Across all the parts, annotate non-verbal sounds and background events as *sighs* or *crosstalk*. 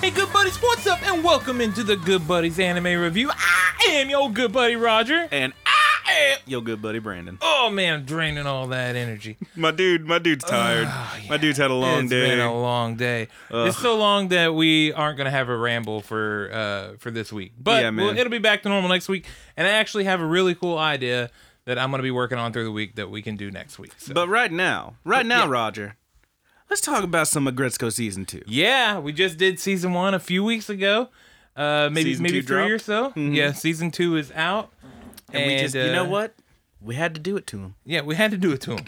Hey, good buddies, what's up? And welcome into the Good Buddies Anime Review. I am your good buddy Roger. And I am your good buddy Brandon. Oh man, I'm draining all that energy. *sighs* Ah, My dude, my dude's tired. My dude's had a long It's day. been a long day. It's so long that we aren't gonna have a ramble for uh for this week. But Yeah, man. we'll- it'll be back to normal next week. And I actually have a really cool idea that I'm gonna be working on through the week that we can do next week. So. but right now, right now, Roger, let's talk about some of Gretzko season two. yeah, we just did season one a few weeks ago. Uh, maybe Season maybe two three or dropped? Mm-hmm. so. Yeah, season two is out. And, we just, you know uh, what? We had to do it to him. Yeah, we had to do it *laughs* to him.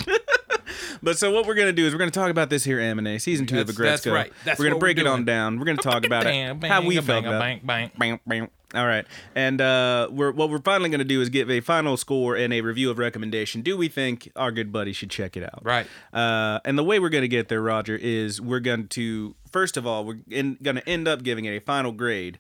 But so what we're gonna do is we're gonna talk about this here anime season two of That's- the Gretzko. that's right. That's we're gonna what break we're it on doing. down. We're gonna talk about Bang, it, how we bang, felt bang, about. it. bang, bang. Bang, bang. All right, and uh, we're what we're finally gonna do is give a final score and a review of recommendation. Do we think our good buddy should check it out? Right. Uh, and the way we're gonna get there, Roger, is we're going to first of all we're in, gonna end up giving it a final grade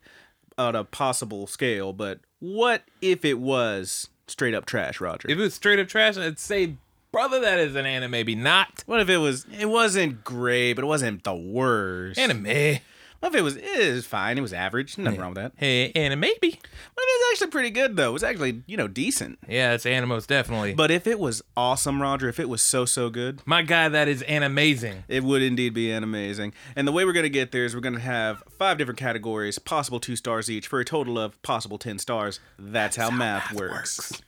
on a possible scale. But what if it was straight up trash, Roger? If it was straight up trash, I'd say, brother, that is an anime, maybe not What if it was? It wasn't great, but it wasn't the worst. anime. What if it was? It is fine. It was average. Nothing wrong with that. Hey, anime, maybe. What if it was actually pretty good though? It was actually you know decent. Yeah, it's animos definitely. But But if it was awesome, Roger, if it was so so good, my guy, that is animazing. it would indeed be an amazing. And the way we're gonna get there is we're gonna have five different categories, possible two stars each, for a total of possible ten stars. That's, how, math, works.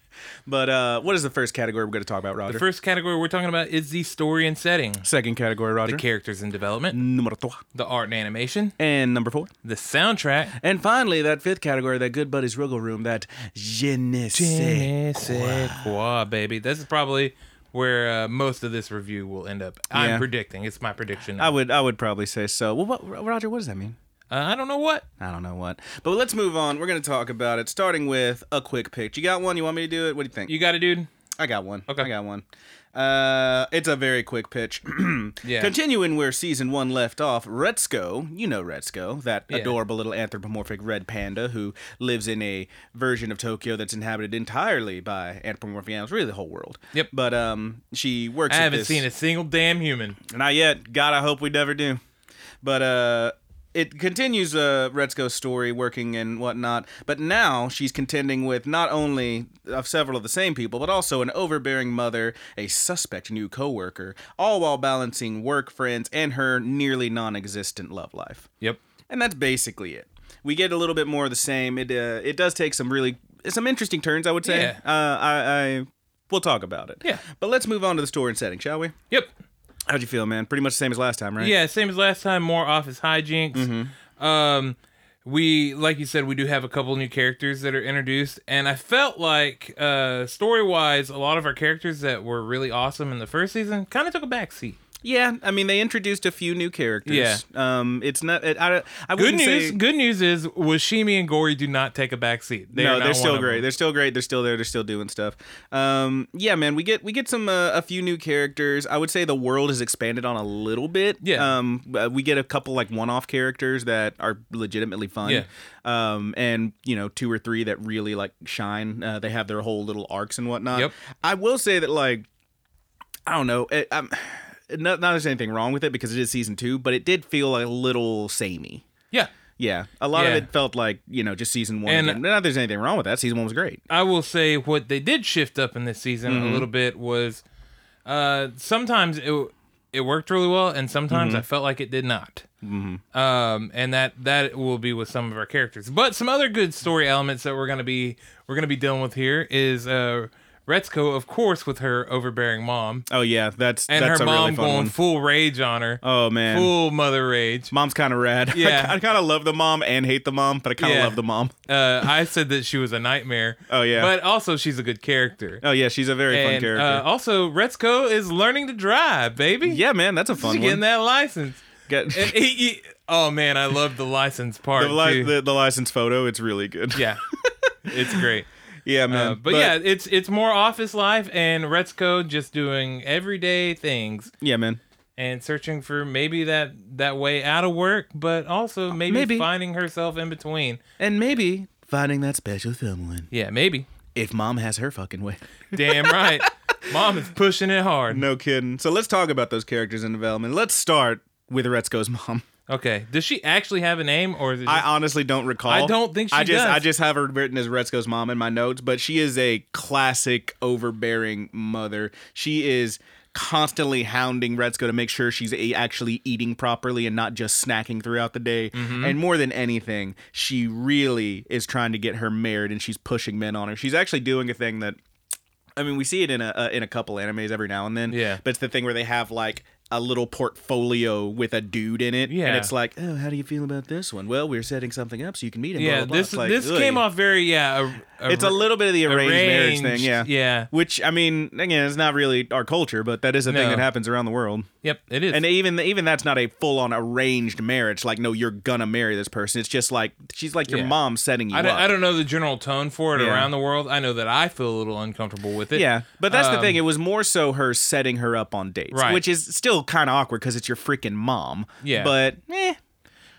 But uh, what is the first category we're gonna talk about, Roger? The first category we're talking about is the story and setting, Second category, Roger. the characters and development, Numero trois. the art and animation, And number four. the soundtrack. And finally, that fifth category, that good buddies wriggle room, that je ne sais. Quoi, baby. This is probably where uh, most of this review will end up. I'm Yeah. predicting. It's my prediction. I now. would, I would probably say so. Well, what, Roger, what does that mean? uh, I don't know what. I don't know what. But let's move on. We're gonna talk about it, starting with a quick pitch. You got one? You want me to do it? What do you think? You got it, dude? I got one. Okay. I got one. Uh, it's a very quick pitch. *clears throat* Yeah. Continuing where season one left off, Retzko, you know Retzko, that adorable little anthropomorphic red panda who lives in a version of Tokyo that's inhabited entirely by anthropomorphic animals, really the whole world. Yep. But um, she works. I at haven't this- seen a single damn human. not yet. God, I hope we never do. But uh, it continues uh, Retzko's story, working and whatnot. But now she's contending with not only of several of the same people, but also an overbearing mother, a suspect new coworker, all while balancing work, friends, and her nearly non-existent love life. Yep. And that's basically it. We get a little bit more of the same. It uh, it does take some really some interesting turns, I would say. Yeah. Uh, I, I we'll talk about it. Yeah. But let's move on to the story and setting, shall we? Yep. How'd you feel, man? Pretty much the same as last time, right? Mm-hmm. Yeah, same as last time. More office hijinks. Um, we, like you said, we do have a couple new characters that are introduced, and I felt like uh, story wise, a lot of our characters that were really awesome in the first season kind of took a backseat. Yeah. I mean, they introduced a few new characters. Yeah. Um, it's not. It, I, I Good wouldn't news. say- Good news is Washimi and Gory do not take a backseat. They are no, not they're one still of great. them. They're still great. They're still there. They're still doing stuff. Um, yeah, man, we get we get some uh, a few new characters. I would say the world has expanded on a little bit. Yeah. Um, but we get a couple like one-off characters that are legitimately fun. Yeah. Um, and you know, two or three that really like shine. Uh, they have their whole little arcs and whatnot. Yep. I will say that like, I don't know. It, I'm, *sighs* not, not there's anything wrong with it because it is season two, but it did feel a little samey. Yeah, Yeah, a lot Yeah. of it felt like you know just season one. And- again. Not that there's anything wrong with that. Season one was great. I will say what they did shift up in this season Mm-hmm. a little bit was uh, sometimes it it worked really well, and sometimes Mm-hmm. I felt like it did not. Mm-hmm. Um, and that that will be with some of our characters, but some other good story elements that we're gonna be we're gonna be dealing with here is uh, Retzko, of course, with her overbearing mom Oh yeah, that's and that's her a mom really fun going one. full rage on her, oh man, full mother rage. mom's kind of rad. *laughs* Yeah. I, kind of love the mom and hate the mom, but I kind of Yeah. love the mom. Uh, I said that she was a nightmare. Oh, yeah. but also she's a good character. Oh yeah, she's a very fun and character. uh, also Retzko is learning to drive, baby. yeah, man, that's a fun She's one. getting that license. Get It- it- it- oh man, I love the license part. *laughs* the, li- too. the, the license photo. It's really good. *laughs* yeah, it's great. yeah, man. Uh, but, yeah, it's it's more office life and Retzko just doing everyday things yeah, man. and searching for maybe that that way out of work, but also maybe, Uh, Maybe. finding herself in between. And maybe finding that special someone Yeah, maybe. if mom has her fucking way. *laughs* Damn right. Mom is pushing it hard. No kidding. So let's talk about those characters in development. Let's start with Retzko's mom. Okay. Does she actually have a name or is it I just- honestly don't recall. I don't think she I just does. I just have her written as Retzko's mom in my notes, but she is a classic overbearing mother. She is constantly hounding Retzko to make sure she's a- actually eating properly and not just snacking throughout the day. Mm-hmm. And more than anything, she really is trying to get her married and she's pushing men on her. She's actually doing a thing that I mean, we see it in a uh, in a couple animes every now and then. Yeah. But it's the thing where they have like a little portfolio with a dude in it. And Yeah. it's like, oh, how do you feel about this one? Well, we're setting something up so you can meet him. Yeah, blah, blah, blah. this It's like, this ugh. came off very yeah, a, It's a little bit of the arranged, arranged, marriage thing. Yeah. yeah. Which I mean, again, it's not really our culture, but that is a thing No. that happens around the world. Yep, it is. And even even that's not a full on arranged marriage. Like, no, you're gonna marry this person. It's just like she's like your Yeah. mom setting you I don't, up. I don't know the general tone for it Yeah. around the world. I know that I feel a little uncomfortable with it. Yeah, but that's the Um, thing. It was more so her setting her up on dates, Right. which is still kind of awkward because it's your freaking mom. Yeah. but eh,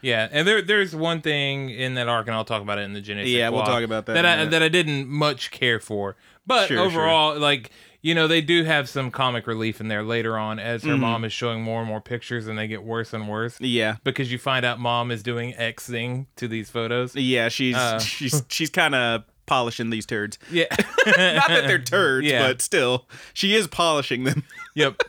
Yeah, and there there's one thing in that arc, and I'll talk about it in the genetic. Yeah, we'll Walk, talk about that That in a I minute. that I didn't much care for, but Sure, overall, like you know, they do have some comic relief in there later on as Mm-hmm. her mom is showing more and more pictures, and they get worse and worse yeah, because you find out mom is doing X thing to these photos. yeah. She's Uh. she's she's kind of polishing these turds. Yeah. *laughs* Not that they're turds, Yeah. but still, she is polishing them. *laughs* yep.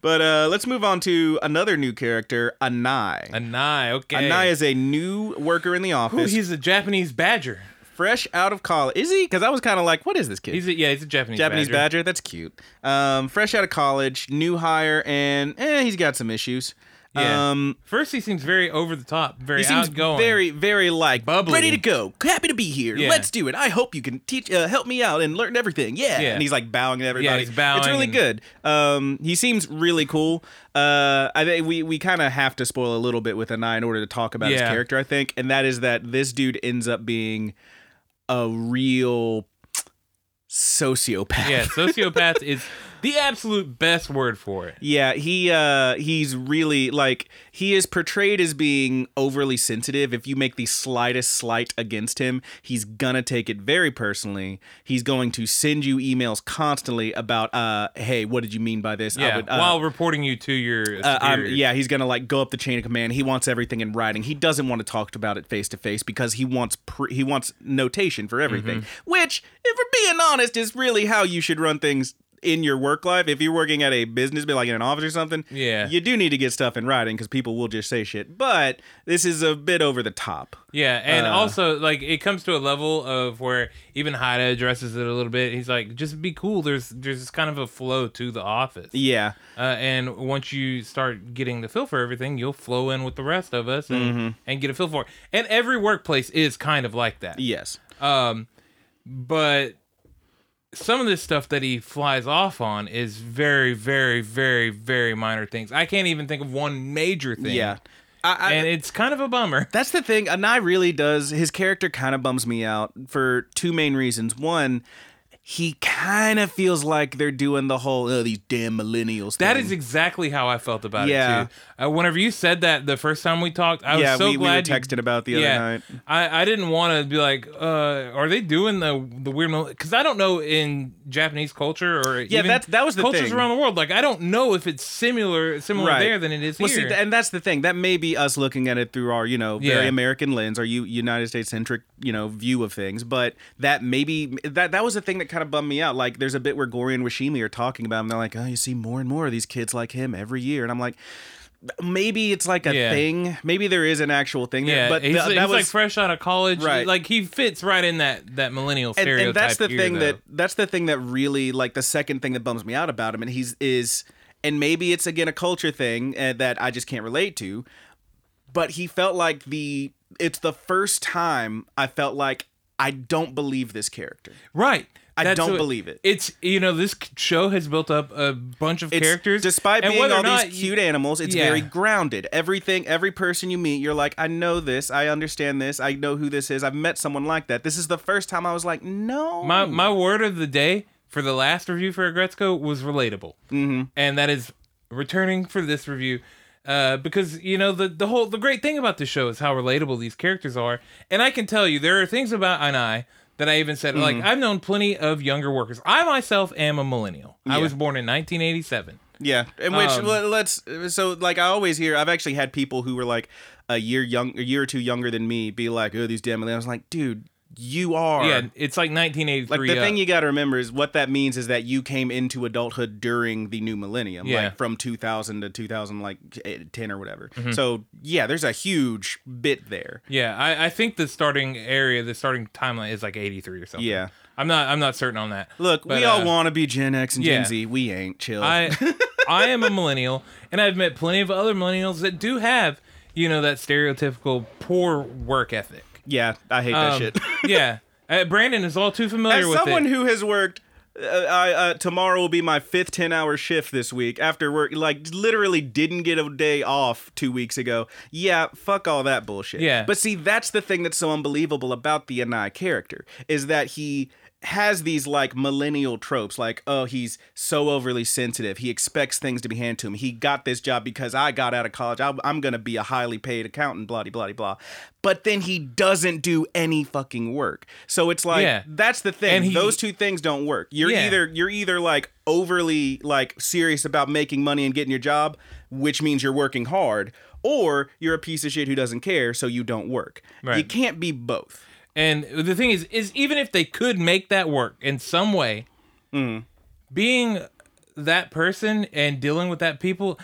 But uh, let's move on to another new character, Anai. Anai. Okay. Anai is a new worker in the Ooh, office, he's a Japanese badger. fresh out of college. Is he? Because I was kind of like, what is this kid? He's a, yeah, he's a Japanese Japanese badger. that's cute. Um, fresh out of college, new hire, and eh, he's got some issues. Yeah. Um, First, he seems very over the top, very he seems outgoing. very, very like Bubbly. ready to go, happy to be here. Yeah. Let's do it. I hope you can teach, uh, help me out, and learn everything. Yeah. Yeah. and he's like bowing to everybody. he's bowing It's really and- good. Um, he seems really cool. Uh, I think we we kind of have to spoil a little bit with Anai in order to talk about his Yeah. character, I think, and that is that this dude ends up being a real sociopath. Yeah, sociopath is the absolute best word for it. Yeah, he uh he's really like he is portrayed as being overly sensitive. If you make the slightest slight against him, he's gonna take it very personally. He's going to send you emails constantly about uh hey, what did you mean by this? Yeah, I would, uh, while reporting you to your uh, I'm- superiors. yeah, he's gonna like go up the chain of command. He wants everything in writing. He doesn't want to talk about it face to face because he wants pre- he wants notation for everything. Mm-hmm. Which, if we're being honest, is really how you should run things in your work life. If you're working at a business, like in an office or something, Yeah. you do need to get stuff in writing because people will just say shit. But this is a bit over the top. Yeah, and Uh, also like it comes to a level of where even Haida addresses it a little bit. He's like, just be cool. There's there's kind of a flow to the office, Yeah, uh, and once you start getting the feel for everything, you'll flow in with the rest of us and, Mm-hmm. and get a feel for it. And every workplace is kind of like that. yes, Um, but some of this stuff that he flies off on is very, very, very, very minor things. I can't even think of one major thing. yeah. I, I, and it's kind of a bummer. That's the thing. Anai really does. His character kind of bums me out for two main reasons. One, he kind of feels like they're doing the whole oh, these damn *laughs* millennials. That thing." is exactly how I felt about it Yeah. too. Uh, whenever you said that the first time we talked, I yeah. was so we, glad we were texting you, about the yeah, other night. I, I didn't want to be like, uh, are they doing the the weird because I don't know in Japanese culture or Yeah, even that's- that was the cultures thing. around the world. Like I don't know if it's similar similar Right. there than it is Well, see, here. th- and that's the thing. That may be us looking at it through our, you know, very Yeah. American lens, our U- United States centric, you know, view of things. But that maybe that that was the thing that kind of bummed me out. Like, there's a bit where Gory and Washimi are talking about, him, and they're like, "Oh, you see more and more of these kids like him every year," and I'm like. Maybe it's like a Yeah. thing. Maybe there is an actual thing. there, Yeah, but but he's, th- he's that was like fresh out of college. Right. Like he fits right in that that millennial and, stereotype. and that's the here, thing though. that that's the thing that really like the second thing that bums me out about him and he's is and maybe it's again a culture thing uh, that i just can't relate to but he felt like the it's the first time i felt like i don't believe this character right. I That's don't what- believe it. It's you know this c- show has built up a bunch of It's- characters, Despite and being all whether these or not you- cute animals, it's yeah. very grounded. Everything, every person you meet, you're like, I know this, I understand this, I know who this is. I've met someone like that. This is the first time I was like, no. My my word of the day for the last review for Agretzko was relatable, mm-hmm. and that is returning for this review. Uh, because you know the the whole the great thing about this show is how relatable these characters are, and I can tell you there are things about an I that I even Mm-hmm. said like I've known plenty of younger workers. I myself am a millennial. I Yeah. was born in 1987. Yeah, and which Um, le- let's so like I always hear I've actually had people who were like a year young a year or two younger than me be like oh these damn and I was like dude you are Yeah, it's like uh, 1983. like the up. thing you got to remember is what that means is that you came into adulthood during the new millennium Yeah. like from 2000 to 2000 like eh, 10 or whatever Mm-hmm. so yeah there's a huge bit there Yeah, I, I think the starting area, the starting timeline is like eighty three or something. Yeah. I'm not I'm not certain on that. look But, we all uh, want to be Gen X and yeah. Gen Z we ain't chill *laughs* I I am a millennial, and I've met plenty of other millennials that do have you know that stereotypical poor work ethic. yeah I hate that Um, shit *laughs* yeah, uh, Brandon is all too familiar As with someone it. who has worked, uh, I, uh, tomorrow will be my fifth ten-hour shift this week after work. Like, literally, didn't get a day off two weeks ago. Yeah, fuck all that bullshit. Yeah. But see, that's the thing that's so unbelievable about the Anai character is that he has these like millennial tropes like oh he's so overly sensitive he expects things to be handed to him he got this job because i got out of college I, i'm gonna be a highly paid accountant blah de blah de blah but then he doesn't do any fucking work so it's like Yeah. that's the thing And he- those two things don't work you're Yeah. either you're either like overly like serious about making money and getting your job which means you're working hard or you're a piece of shit who doesn't care so you don't work you Right. can't be both and the thing is, is even if they could make that work in some way, Mm. being that person and dealing with that people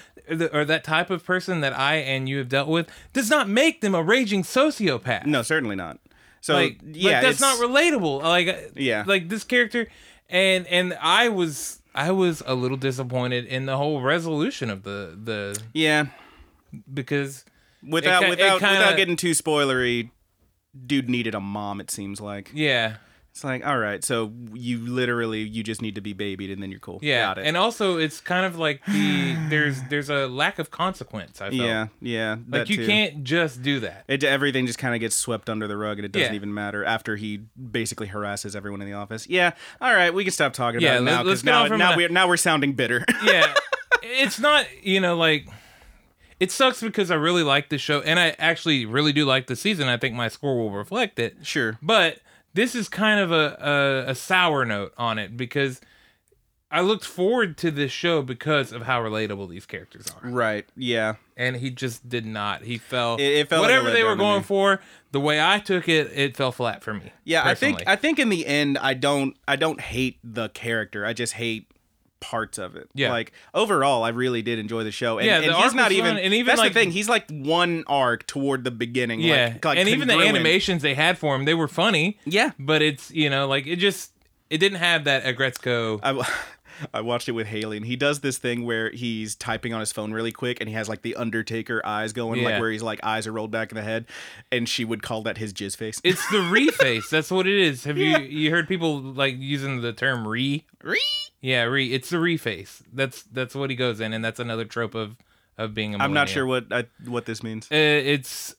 or that type of person that I and you have dealt with does not make them a raging sociopath. no certainly not so like yeah like, that's it's- not relatable like uh, Yeah. like this character and and i was i was a little disappointed in the whole resolution of the the yeah because without ki- it without kinda- without getting too spoilery dude needed a mom it seems like yeah it's like all right so you literally you just need to be babied and then you're cool yeah Got it. and also it's kind of like the there's there's a lack of consequence i felt yeah yeah like that you too. can't just do that It everything just kind of gets swept under the rug, and it doesn't Yeah. even matter after he basically harasses everyone in the office. Yeah, all right, we can stop talking Yeah, about it let- now let's because get now, on from now that. we're now we're sounding bitter. *laughs* yeah *laughs* it's not you know like it sucks because i really like the show and i actually really do like the season i think my score will reflect it sure. But this is kind of a, a, a sour note on it because I looked forward to this show because of how relatable these characters are. Right. Yeah. And he just did not. He fell. It- it felt like whatever a they letdown were to going me. for, the way I took it, it fell flat for me. Yeah. I think personally. I think in the end, I don't I don't hate the character. I just hate parts of it. Yeah. Like overall, I really did enjoy the show. And, Yeah, and the he's arc not was even. fun, and even, that's like- the thing. He's like one arc toward the beginning. like- yeah. Like, and even the congruent. animations they had for him, they were funny. Yeah. But it's, you know, like it just, it didn't have that Agretzko. I, w- *laughs* I watched it with Haley, and he does this thing where he's typing on his phone really quick, and he has like the Undertaker eyes going, Yeah. like where he's like eyes are rolled back in the head, and she would call that his jizz face. it's the reface. That's what it is. *laughs* Have you you heard people like using the term re? Ree! Yeah, re it's the reface. That's that's what he goes in, and that's another trope of of being a. I'm not sure millennial. what I, what this means. Uh, it's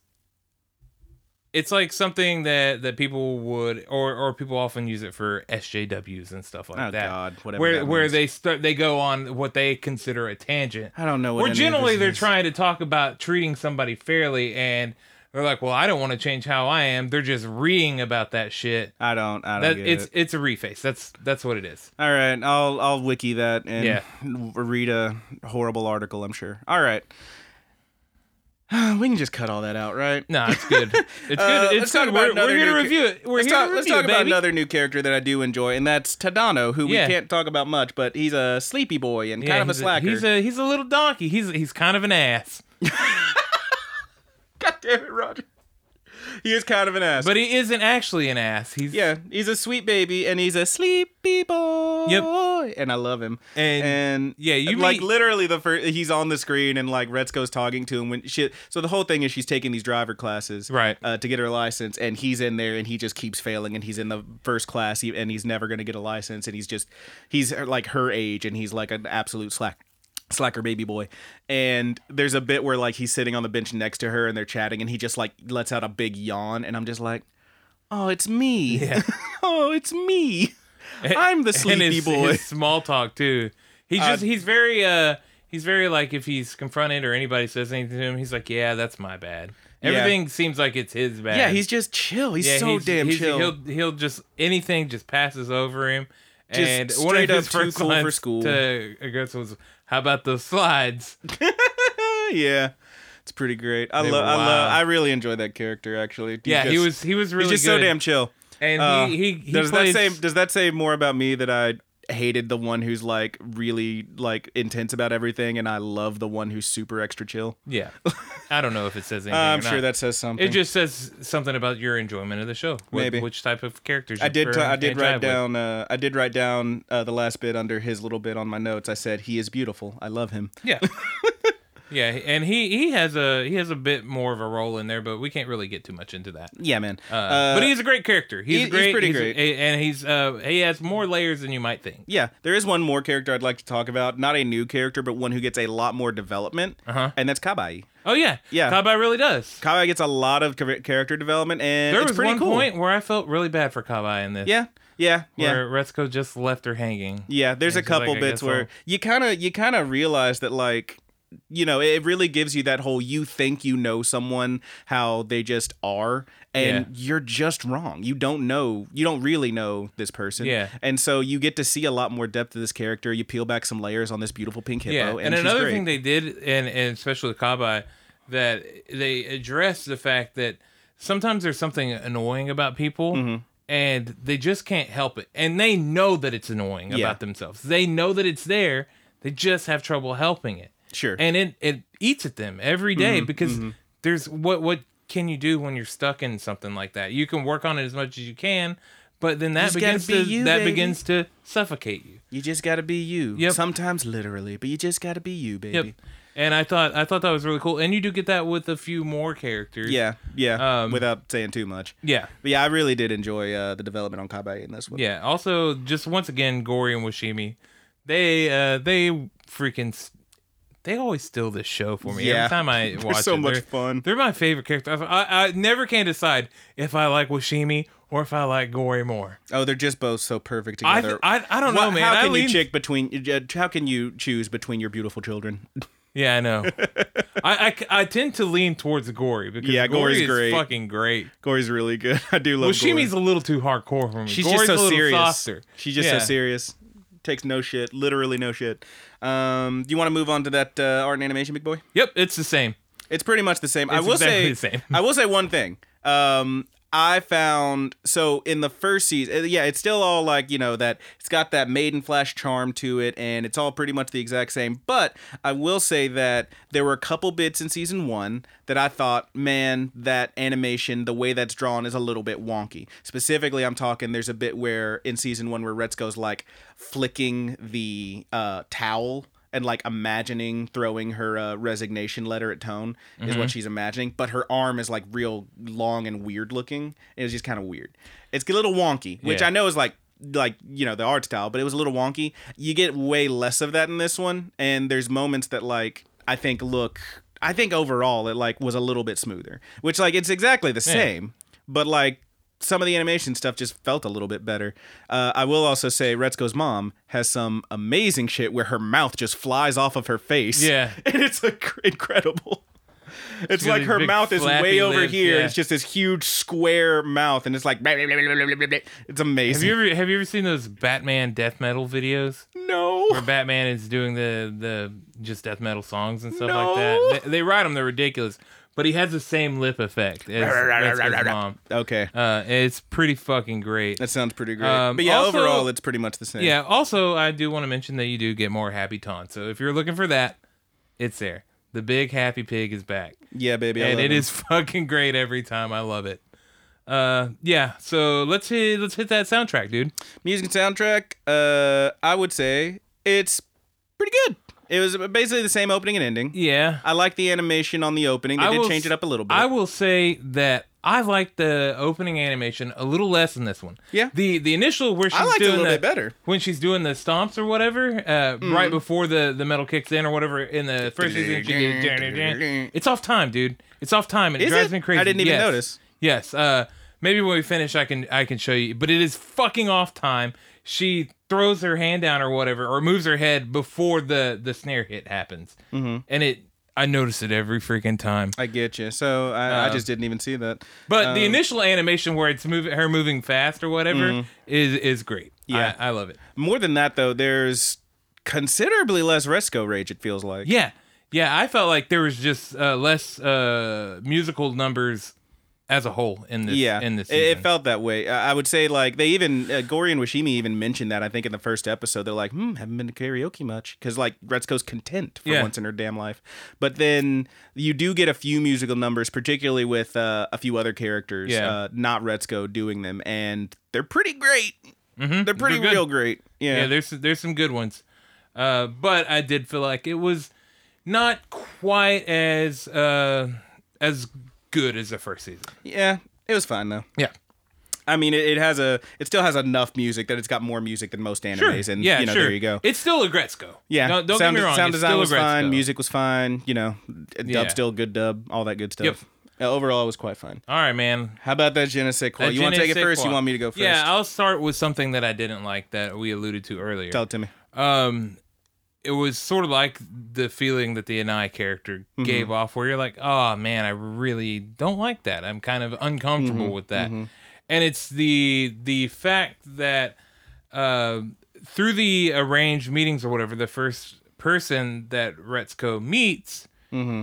it's like something that that people would or or people often use it for SJWs and stuff like Oh, that. God, whatever Where that where means. they start they go on what they consider a tangent. I don't know what. Where any of generally this they're is. trying to talk about treating somebody fairly, and they're like, "Well, I don't want to change how I am." They're just reading about that shit. I don't. I don't That get it's it. it's a reface. That's that's what it is. All right, I'll I'll wiki that and Yeah. *laughs* read a horrible article. I'm sure. All right. *sighs* We can just cut all that out, right? No, it's *laughs* good. It's good. Uh, it's let's talk good. about We're, another we're here to new ca- review it. We're let's here talk, to let's review talk it, about baby. another new character that I do enjoy, and that's Tadano, who Yeah. we can't talk about much, but he's a sleepy boy and kind of a he's slacker. *laughs* he's a he's a little donkey. He's he's kind of an ass. God damn it, Roger. he is kind of an ass. But he isn't actually an ass. He's yeah, he's a sweet baby and he's a sleepy boy. Yep. And I love him. And- yeah, you like meet- literally the first he's on the screen and like Retzko's talking to him when she so the whole thing is she's taking these driver classes Right. uh, to get her license and he's in there and he just keeps failing and he's in the first class he- and he's never going to get a license and he's just he's uh, like her age and he's like an absolute slack slacker baby boy and there's a bit where like he's sitting on the bench next to her and they're chatting and he just like lets out a big yawn and I'm just like oh it's me *laughs* oh *laughs* it's me I'm the and sleepy his, boy his small talk too. He just he's very uh he's very like if he's confronted or anybody says anything to him, he's like, yeah, that's my bad. Yeah. Everything seems like it's his bad. yeah he's just chill he's Yeah, so he's- damn he's- chill He'll he'll just anything just passes over him. Just and one straight of up his too first cool for lines school. to Augusta was, "How about those slides?" yeah, it's pretty great. I They love. were I love. wild. I really enjoyed that character actually. He's Yeah, he just- was he was really he's just so good. damn chill. And Uh, he he, he does plays, that say does that say more about me that I hated the one who's like really like intense about everything, and I love the one who's super extra chill? *laughs* yeah. I don't know if it says anything. I'm or sure not. that says something. It just says something about your enjoyment of the show. What, Maybe. which type of characters I you did. T- prefer I and did jive write with. down. Uh, I did write down uh, the last bit under his little bit on my notes. I said he is beautiful. I love him. *laughs* Yeah. yeah, and he he has a he has a bit more of a role in there, but we can't really get too much into that. Yeah, man. Uh, but he's a great character. He's he- he's great. pretty great. a- and he's uh he has more layers than you might think. Yeah, there is one more character I'd like to talk about. Not a new character, but one who gets a lot more development, Uh-huh. and that's Kabai. Oh yeah, Yeah. Kabai really does. Kabai gets a lot of char- character development, and There it's was pretty one cool. point where I felt really bad for Kabai in this. Yeah, yeah, yeah. where Retzko just left her hanging. Yeah, there's a It's just couple like, I bits guess where I'll- you kind of you kind of realize that like you know it really gives you that whole you think you know someone how they just are Yeah. and you're just wrong you don't know you don't really know this person Yeah. and so you get to see a lot more depth of this character you peel back some layers on this beautiful pink hippo Yeah, and, and, she's another great. thing they did, and, and especially with Kabai, that they addressed the fact that sometimes there's something annoying about people, Mm-hmm. and they just can't help it, and they know that it's annoying Yeah. about themselves. They know that it's there. They just have trouble helping it. Sure. Mm-hmm. and it it eats at them every day because there's what what can you do when you're stuck in something like that? You can work on it as much as you can. But then that just gotta begins be to you, that baby. begins to suffocate you. you just gotta be you Yep. sometimes literally but you just gotta be you baby Yep. And I thought I thought that was really cool. And you do get that with a few more characters. yeah yeah Um, without saying too much Yeah. but yeah i really did enjoy uh, the development on kabai in this one Yeah. Also, just once again, Gory and Washimi, they uh they freaking s- they always steal this show for me Yeah. every time *laughs* I watch so it. much They're- fun. They're my favorite character. I, I, I never can decide if I like Washimi or if I like Gory more. Oh, they're just both so perfect I together. I, I don't know, Wha- man. How I can you lean- chick between? uh, How can you choose between your beautiful children? *laughs* Yeah, I know. I, I c- I tend to lean towards Gory because Yeah, Gory's Gory is great. fucking great. Gory's really good. *laughs* I do love. Washimi's Gory. a little too hardcore for me. She's Gory's just a so little serious. Softer. She's just Yeah. so serious. Takes no shit. Literally no shit. Um, do you want to move on to that uh, art and animation, big boy? Yep, it's the same. It's pretty much the same. I It's will exactly say the same. I will say one thing. Um, I found so in the first season, uh, yeah, it's still all like you know that it's got that maiden flash charm to it, and it's all pretty much the exact same. But I will say that there were a couple bits in season one that I thought, man, that animation, the way that's drawn, is a little bit wonky. Specifically, I'm talking there's a bit where in season one where Retzko's like flicking the uh, towel and like imagining throwing her uh, resignation letter at Tone is what she's imagining, but her arm is like real long and weird looking. It was just kind of weird. It's a little wonky, which Yeah. I know is like like you know the art style, but it was a little wonky. You get way less of that in this one, and there's moments that like I think look, I think overall it like was a little bit smoother, which like it's exactly the same, but like. Some of the animation stuff just felt a little bit better. Uh, I will also say Retzko's mom has some amazing shit where her mouth just flies off of her face. Yeah. *laughs* And it's inc- incredible. It's got like these her big mouth is way flappy over lips, here. yeah. It's just this huge square mouth, and it's like blah, blah, blah, blah, blah, blah, blah. it's Have amazing. you ever have you ever seen those Batman death metal videos no, where Batman is doing the the just death metal songs and stuff No. like that? They, they write them; they're ridiculous. But he has the same lip effect as Retzko's mom. okay, Uh, it's pretty fucking great. that sounds pretty great. Um, but yeah, also- overall, it's pretty much the same. Yeah. Also, I do want to mention that you do get more Happy Ton. So if you're looking for that, it's there. The big Happy Pig is back, yeah, baby, I and love it *laughs* him. is fucking great every time. I love it. Uh, yeah. So let's hit let's hit that soundtrack, dude. Music and soundtrack, uh, I would say it's pretty good. It was basically the same opening and ending. Yeah. I like the animation on the opening. They I did will change it s- up a little bit. I will say that I like the opening animation a little less than this one. Yeah. The the initial where she's liked it a doing little the- bit better. Mm-hmm. when she's doing the stomps or whatever, uh, right before the the metal kicks in or whatever in the first *laughs* season. she did- It's off time, dude. It's off time, and it Is drives it? me crazy. I didn't even Yes. notice. Yes. Uh, maybe when we finish, I can I can show you. But it is fucking off time. She throws her hand down or whatever, or moves her head before the the snare hit happens, mm-hmm. and it. I notice it every freaking time. I get you. So I, Um, I just didn't even see that. But Oh. the initial animation where it's moving her moving fast or whatever is is great. Mm-hmm. Yeah. I, I love it. More than that, though, there's considerably less Resco rage. It feels like. Yeah, yeah. I felt like there was just uh, less uh, musical numbers as a whole in this. Yeah, in this it, it season. felt that way. I I would say like they even uh, Gory and Washimi even mentioned that I think in the first episode they're like, hmm, haven't been to karaoke much because like Retzko's content for Yeah. once in her damn life. But then you do get a few musical numbers, particularly with uh, a few other characters, Yeah. uh, not Retzko doing them, and they're pretty great. They're pretty Mm-hmm. They're good. real great. Yeah, yeah. There's there's some good ones, uh, but I did feel like it was not quite as uh, as good as the first season. yeah, it was fine though. Yeah. I mean, it, it has a, it still has enough music that it's got more music than most animes, and yeah, you know, sure. there you go. It's still a Gretzko. Yeah, Don't, don't sound, get me wrong. Sound it's design still was a Gretzko. fine. Music was fine. You know, dub Yeah. still good dub. All that good stuff. Yep. Uh, overall, it was quite fine. All right, man. How about that je ne sais quoi? That Oh, you want to je ne take it sais first? quoi. You want me to go first? Yeah, I'll start with something that I didn't like that we alluded to earlier. Tell it to me. Um, it was sort of like the feeling that the Anai character gave off, where you're like, "Oh man, I really don't like that. I'm kind of uncomfortable with that." And it's the the fact that uh, through the arranged meetings or whatever, the first person that Retzko meets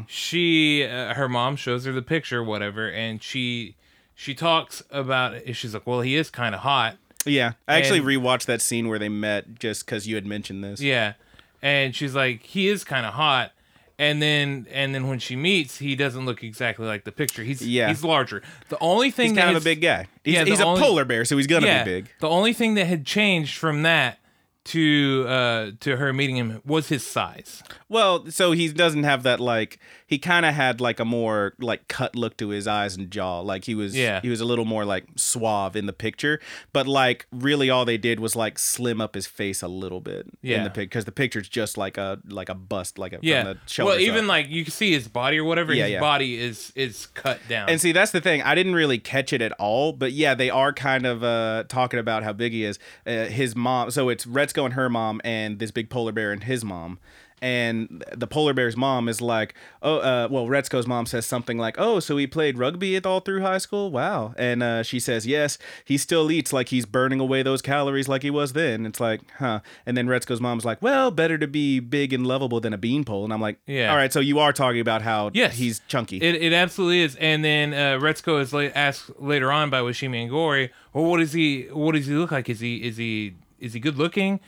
she uh, her mom shows her the picture whatever and she she talks about it. she's like well he is kind of hot Yeah, I actually And- rewatched that scene where they met just because you had mentioned this. yeah and she's like he is kind of hot and then and then when she meets he doesn't look exactly like the picture he's Yeah. he's larger the only thing he's that kind of has- a big guy. He's, Yeah, the he's a only- polar bear, so he's gonna yeah be big. the only thing that had changed from that to uh to her meeting him was his size Well, so he doesn't have that like he kind of had like a more like cut look to his eyes and jaw. Like he was Yeah. he was a little more like suave in the picture, but like really all they did was like slim up his face a little bit in Yeah. the pic cuz the picture's just like a like a bust like a yeah from the shoulders well even up. like you can see his body or whatever Yeah, his yeah. body is is cut down and see that's the thing. I didn't really catch it at all, but yeah, they are kind of uh talking about how big he is. Uh, his mom, so it's Retzko and her mom and this big polar bear and his mom. And the polar bear's mom is like, oh, uh, well, Retzko's mom says something like, oh, so he played rugby all through high school? Wow. And uh, she says, yes, he still eats like he's burning away those calories like he was then. It's like, huh. And then Retzko's mom's like, well, better to be big and lovable than a beanpole. And I'm like, Yeah. all right, so you are talking about how Yes. he's chunky. It, it absolutely is. And then uh, Retzko is la- asked later on by Washimi and Gory, "Well, what does he? What does he look like? Is he is he is he good looking?"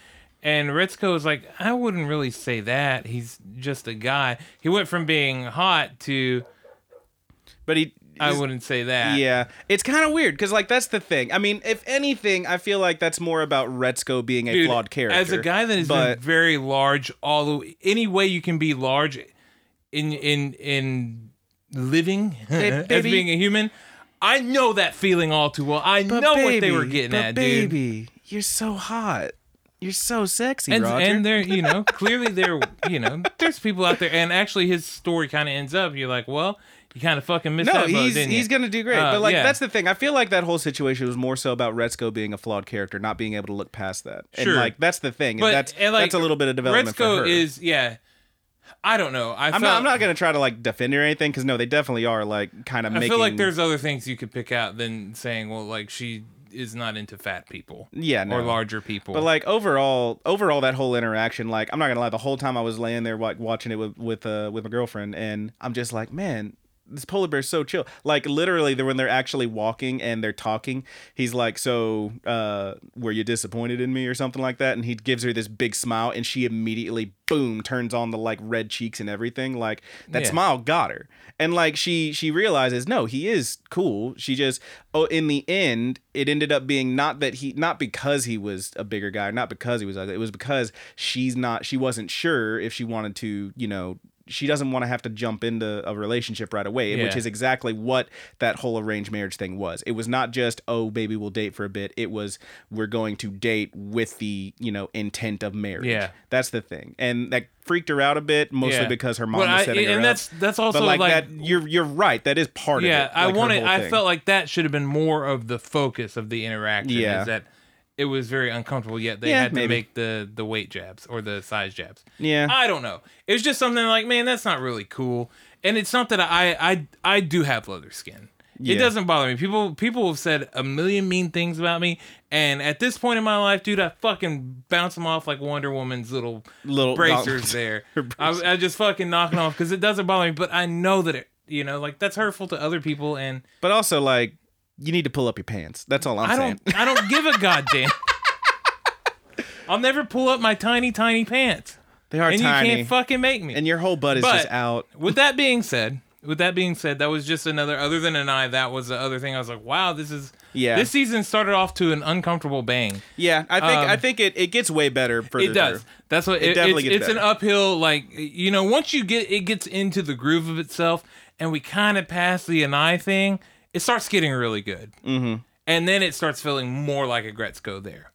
And Retzko is like, "I wouldn't really say that. He's just a guy. He went from being hot to but he. I he's- wouldn't say that. Yeah, it's kind of weird because like that's the thing. I mean, if anything, I feel like that's more about Retzko being a Dude, flawed character. As a guy that has but been very large, all the- any way you can be large in in in living *laughs* as baby. being a human." I know that feeling all too well. I know what they were getting but at, dude. baby, you're so hot, you're so sexy, and, Roger. and they're you know clearly they're you know there's people out there and actually his story kind of ends up you're like well you kind of fucking missed no, that boat, he's didn't he's you? gonna do great. Uh, but like yeah. that's the thing. I feel like that whole situation was more so about Retzko being a flawed character, not being able to look past that. Sure. And like that's the thing. but that's and, like, that's a little bit of development Retzko for her. is yeah I don't know I I'm not, I'm not gonna try to like defend her or anything because no, they definitely are like kind of I making. feel like there's other things you could pick out than saying well like she is not into fat people yeah no. or larger people But like overall, overall that whole interaction, like I'm not gonna lie, the whole time I was laying there like watching it with with uh, with my girlfriend, and I'm just like, man, this polar bear's so chill. Like literally, the- when they're actually walking and they're talking, he's like, "So, uh, were you disappointed in me or something like that?" And he gives her this big smile, and she immediately, boom, turns on the like red cheeks and everything. Like that Yeah. smile got her, and like she she realizes, no, he is cool. She just, oh, in the end, it ended up being not that he, not because he was a bigger guy, not because he was ugly. It was because she's not, she wasn't sure if she wanted to, you know. She doesn't want to have to jump into a relationship right away, which Yeah. is exactly what that whole arranged marriage thing was. It was not just, oh, baby, we'll date for a bit. It was, we're going to date with the, you know, intent of marriage. Yeah. That's the thing. And that freaked her out a bit, mostly Yeah. because her mom But was I- setting her and up. that's that's also but like, like, that, you're you're right. That is part yeah. of it. I like her wanted. whole I thing. felt like that should have been more of the focus of the interaction. Yeah. Is that it was very uncomfortable. Yet they Yeah, had to maybe. make the the weight jabs or the size jabs. Yeah. I don't know. It was just something like, man, that's not really cool. And it's not that I I I do have leather skin. Yeah. It doesn't bother me. People people have said a million mean things about me, and at this point in my life, dude, I fucking bounce them off like Wonder Woman's little Little- bracers there. I, I just fucking knock them off because it doesn't bother me. But I know that it, you know, like that's hurtful to other people, and *laughs* But also like you need to pull up your pants. That's all I'm I saying. don't I don't give *laughs* a goddamn. I'll never pull up my tiny tiny pants, They are and tiny. you can't fucking make me. and your whole butt is But- just out. with that being said, with that being said, that was just another other than an eye. That was the other thing. I was like, wow, this is Yeah. This season started off to an uncomfortable bang. Yeah, I think Um, I think it, it gets way better for It does. That's what it, definitely it's, gets it's an better. uphill. Like you know, once you get it gets into the groove of itself, and we kind of pass the an eye thing, it starts getting really good. Mm-hmm. And then it starts feeling more like a Gretzko there.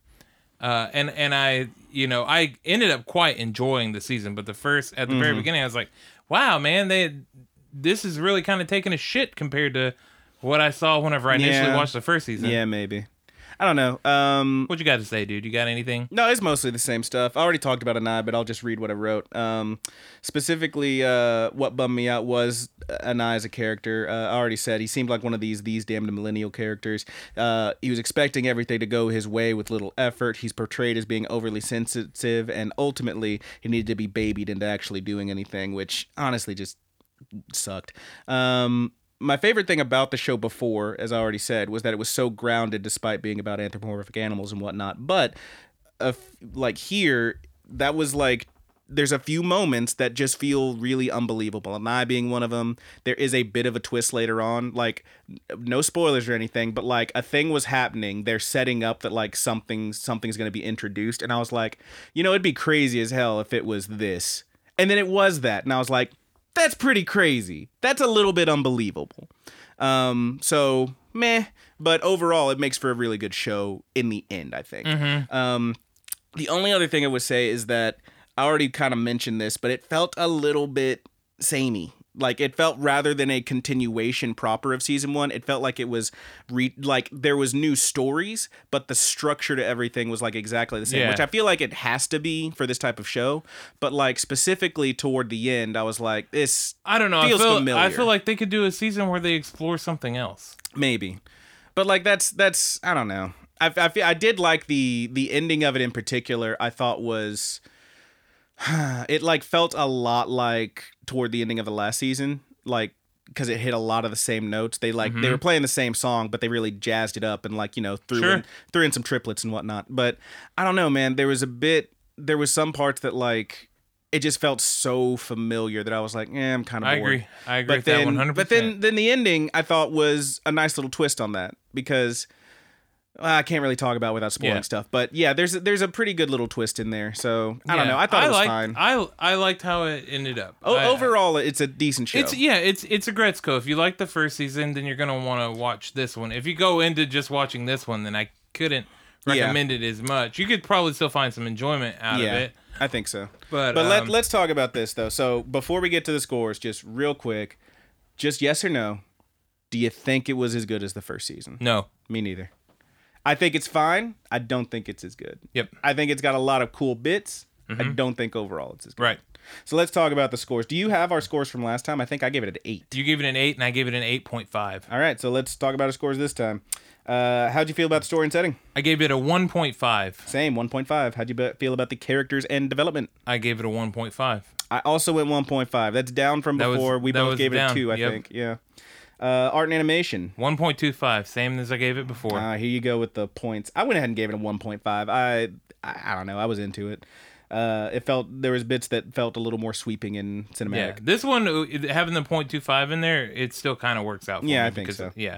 Uh, and and I you know I ended up quite enjoying the season, but the first at the Mm-hmm. very beginning I was like, wow, man, they this is really kind of taking a shit compared to what I saw whenever I initially Yeah. watched the first season. Yeah, maybe. I don't know. Um What you got to say, dude? You got anything? No, it's mostly the same stuff. I already talked about Anai, but I'll just read what I wrote. Um, specifically, uh, what bummed me out was uh, Anai as a character. Uh, I already said he seemed like one of these these damned millennial characters. Uh, he was expecting everything to go his way with little effort. He's portrayed as being overly sensitive, and ultimately, he needed to be babied into actually doing anything, which honestly just sucked. Um, my favorite thing about the show before, as I already said, was that it was so grounded despite being about anthropomorphic animals and whatnot. But a f- like here, that was like there's a few moments that just feel really unbelievable and i being one of them there is a bit of a twist later on like n- no spoilers or anything but like a thing was happening they're setting up that like something something's going to be introduced and i was like you know it'd be crazy as hell if it was this and then it was that and i was like that's pretty crazy. That's a little bit unbelievable. Um, so meh, but overall, it makes for a really good show in the end. I think. Um, the only other thing I would say is that I already kind of mentioned this, but it felt a little bit samey. Like it felt rather than a continuation proper of season one, it felt like it was re- like there was new stories, but the structure to everything was like exactly the same, Yeah. which I feel like it has to be for this type of show. But like specifically toward the end, I was like, this I don't know. Feels I feel familiar. I feel like they could do a season where they explore something else. maybe but like that's that's i don't know i i, feel, I did like the the ending of it in particular i thought was *sighs* it like felt a lot like toward the ending of the last season like because it hit a lot of the same notes they like Mm-hmm. they were playing the same song but they really jazzed it up and like you know threw Sure. in threw in some triplets and whatnot but i don't know man there was a bit there was some parts that like it just felt so familiar that i was like eh, i'm kind of I bored agree. I agree but with that then, one hundred but percent. then, then the ending I thought was a nice little twist on that because well, I can't really talk about without spoiling Yeah. stuff. But yeah, there's a, there's a pretty good little twist in there. So I don't know. I thought it was liked, fine. I I liked how it ended up. O- I- overall, it's a decent show. it's yeah, it's it's a Gretzko. If you like the first season, then you're gonna want to watch this one. If you go into just watching this one, then I couldn't Yeah. recommend it as much. You could probably still find some enjoyment out yeah, of it. I think so. But, let um, let's talk about this though. So before we get to the scores, just real quick, just yes or no. Do you think it was as good as the first season? No. Me neither. I think it's fine. I don't think it's as good. Yep. I think it's got a lot of cool bits. I Mm-hmm. don't think overall it's as good. Right. So let's talk about the scores. Do you have our scores from last time? I think I gave it an eight. You gave it an eight, and I gave it an eight point five. All right, so let's talk about our scores this time. Uh, how'd you feel about the story and setting? I gave it a one point five. Same, 1.5. How'd you be- feel about the characters and development? I gave it a one point five. I also went 1.5. That's down from That was- before. we that both was gave it a down, two, I yep. think. Yeah. Uh, art and animation. 1.25, same as I gave it before. Uh, here you go with the points. I went ahead and gave it a 1.5. I, I I don't know. I was into it. Uh, it felt there was bits that felt a little more sweeping and yeah, cinematic. this one uh, having the 0.25 in there, it still kind of works out. For Yeah, me I think because- so. Yeah,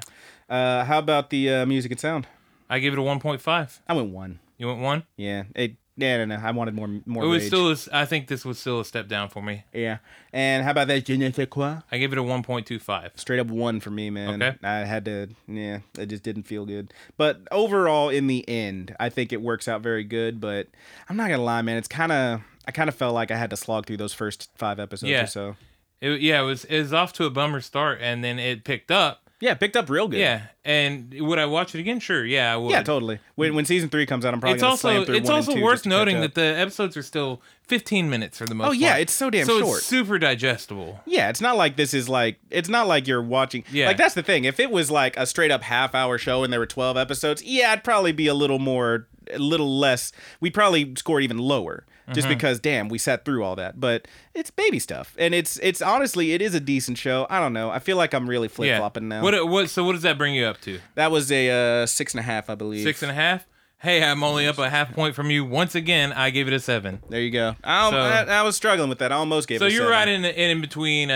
Uh, how about the uh, music and sound? I gave it a 1.5. I went one. You went one. Yeah. It. Yeah. No. no I wanted more. More. It was rage. still. a s- I think this was still a step down for me. Yeah. And how about that je ne sais quoi? I gave it a 1.25. straight up one for me, man. Okay. I had to, yeah, it just didn't feel good. But overall, in the end, I think it works out very good. But I'm not gonna lie, man, it's kind of, I kind of felt like I had to slog through those first five episodes Yeah. or so. It, yeah, it was. It was off to a bummer start, and then it picked up. Yeah, picked up real good. Yeah, and would I watch it again? Sure. Yeah, I would. yeah, totally. When, when season three comes out, I'm probably it's gonna also slam through it's one and also two just worth to catch noting up. that the episodes are still 15 minutes for the most. Oh, yeah, part. it's so damn so short. It's super digestible. Yeah, it's not like this is like it's not like you're watching. Yeah. like that's the thing. If it was like a straight up half hour show and there were twelve episodes, yeah, I'd probably be a little more, a little less. We'd probably score even lower Mm-hmm. just because damn, we sat through all that. But it's baby stuff, and it's it's honestly it is a decent show. I don't know. I feel like I'm really flip Yeah. flopping now. What what? So what does that bring you up to? that was a uh, six and a half, I believe. Six and a half. Hey, I'm only up a half point from you once again. I gave it a seven. there you go. I, So- I, I was struggling with that. I almost gave. So it a you're seven. right in the, in between uh,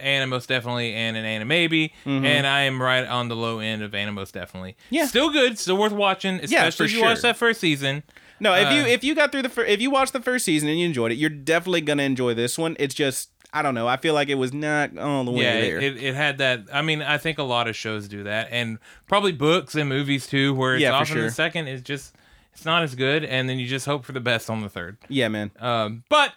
Animos definitely and an Anna maybe, and I am right on the low end of Animos definitely. Mm-hmm. Yeah. still good, still worth watching, especially for if you sure. watch that first season. No, if Uh. you if you got through the fir- if you watched the first season and you enjoyed it, you're definitely gonna enjoy this one. It's just I don't know. I feel like it was not all the way Yeah, there. it, it, it had that. I mean, I think a lot of shows do that, and probably books and movies too, where it's Yeah, for often sure. the second is just it's not as good, and then you just hope for the best on the third. yeah, man. Um, but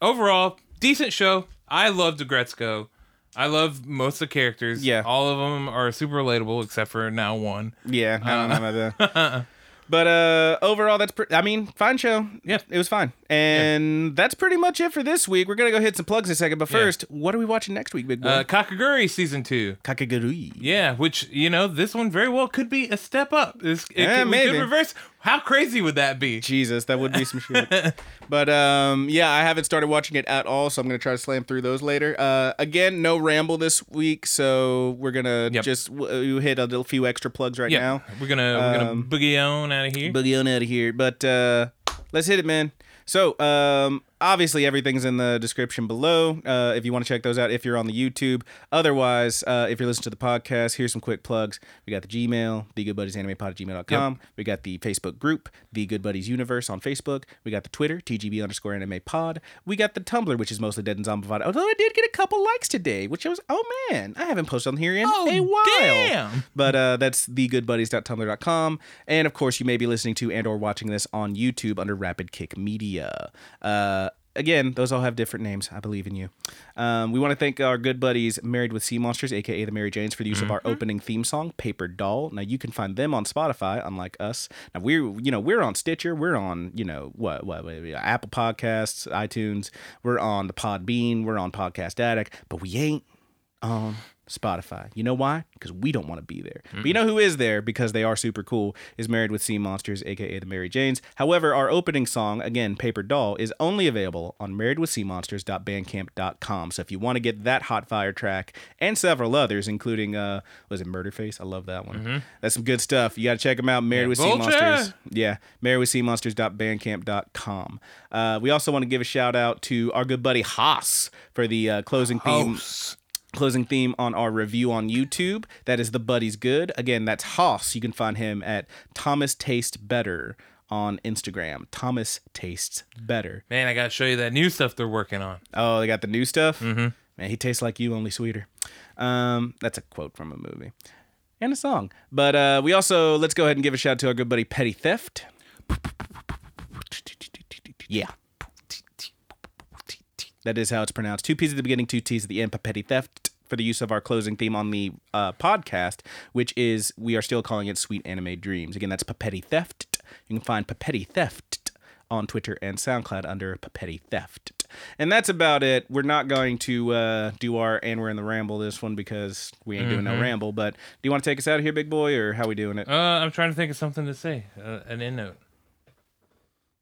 overall, decent show. I loved Gretzko. I love most of the characters. Yeah. all of them are super relatable except for now one. Yeah, I don't know *laughs* about that. Uh-uh. But uh, overall, that's pre- I mean, fine show. Yeah. it was fine, and that's pretty much it for this week. We're gonna go hit some plugs in a second, but Yeah. first, what are we watching next week, Big Boy? Uh, Kakaguri season two. Kakagurui. Yeah, which you know, this one very well could be a step up. This it Yeah, could, we maybe. could reverse. How crazy would that be? Jesus, that would be some *laughs* shit. But um, yeah, I haven't started watching it at all, so I'm gonna try to slam through those later. Uh, again, no ramble this week, so we're gonna Yep. just w- you hit a little few extra plugs right Yeah, now. um, we're gonna we're gonna boogie on out of here. Boogie on out of here, but uh, let's hit it, man. So um, obviously everything's in the description below uh, if you want to check those out. If you're on the YouTube, otherwise, uh, if you're listening to the podcast, here's some quick plugs. We got the Gmail, the Good Buddies Anime Pod at gmail.com. We got the Facebook group, the Good Buddies Universe on Facebook. We got the Twitter, TGB underscore anime pod. We got the Tumblr, which is mostly dead and zombified. Although I did get a couple likes today, which I was, oh man, I haven't posted on here in Oh, a while. damn. *laughs* But uh, that's thegoodbuddies.tumblr.com. And of course, you may be listening to and or watching this on YouTube under Rapid Kick Media. Uh, Again, those all have different names. I believe in you. Um, we want to thank our good buddies Married with Sea Monsters, aka the Mary Janes, for the use of our opening theme song, Paper Doll. Now you can find them on Spotify, unlike us. Now we're you know we're on Stitcher, we're on you know what what, what Apple Podcasts, iTunes, we're on the Podbean, we're on Podcast Addict, but we ain't on Um, Spotify. You know why? Because we don't want to be there. But you know who is there because they are super cool is Married with Sea Monsters, aka the Mary Janes. However, our opening song, again, Paper Doll, is only available on marriedwithseamonsters.bandcamp.com. So if you want to get that hot fire track and several others, including uh was it Murder Face? I love that one. That's some good stuff. You gotta check them out. Married with Vulture! Sea Monsters. Yeah, marrywithseamonsters.bandcamp.com. Uh, we also want to give a shout out to our good buddy Haas for the uh, closing Oh, theme closing theme on our review on YouTube. That is The Buddy's Good. Again, that's Haas. You can find him at Thomas Taste Better on Instagram. Thomas Tastes Better. Man, I gotta show you that new stuff they're working on. Oh, they got the new stuff? Mm-hmm. Man, he tastes like you, only sweeter. Um, that's a quote from a movie and a song. But uh, we also, let's go ahead and give a shout out to our good buddy Petty Theft. Yeah. That is how it's pronounced. Two P's at the beginning, two T's at the end. Papetti theft for the use of our closing theme on the uh, podcast, which is we are still calling it Sweet Anime Dreams. Again, that's Papetti theft. You can find Papetti theft on Twitter and SoundCloud under Papetti theft. And that's about it. We're not going to uh, do our and we're in the ramble this one because we ain't doing no Mm-hmm. ramble. But do you want to take us out of here, big boy, or how we doing it? Uh, I'm trying to think of something to say. Uh, an end note.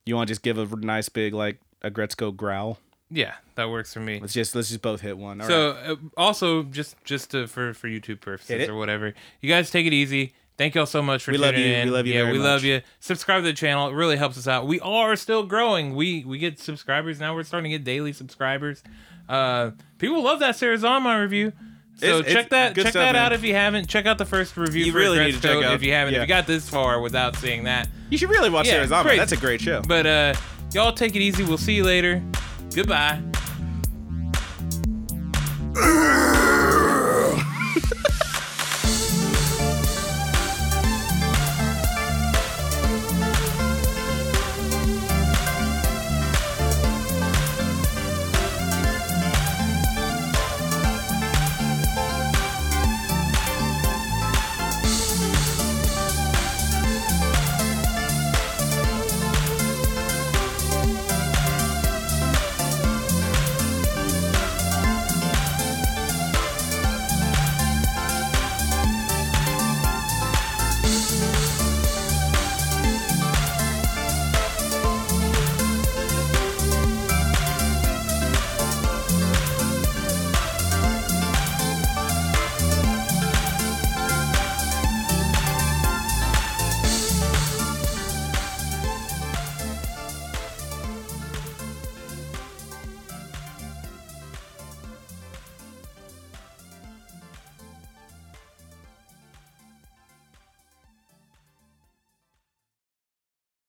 You want to just give a nice big like a Gretzko growl? yeah, that works for me. Let's just let's just both hit one. All right. So uh, also just just to, for for YouTube Hit purposes it. or whatever, you guys take it easy. Thank y'all so much for We love tuning you. We in. love you Yeah, very we love much. you. Subscribe to the channel. It really helps us out. We are still growing. We we get subscribers now. We're starting to get daily subscribers. Uh, people love that Sarah's on my review. So It's- check it's that good check stuff, that man. out if you haven't. Check out the first review. You for really need to Gretz check Code out- if you haven't. yeah. If you got this far without seeing that, you should really watch yeah, Sarah's Armor. great. That's a great show. but uh, y'all take it easy. We'll see you later. Goodbye.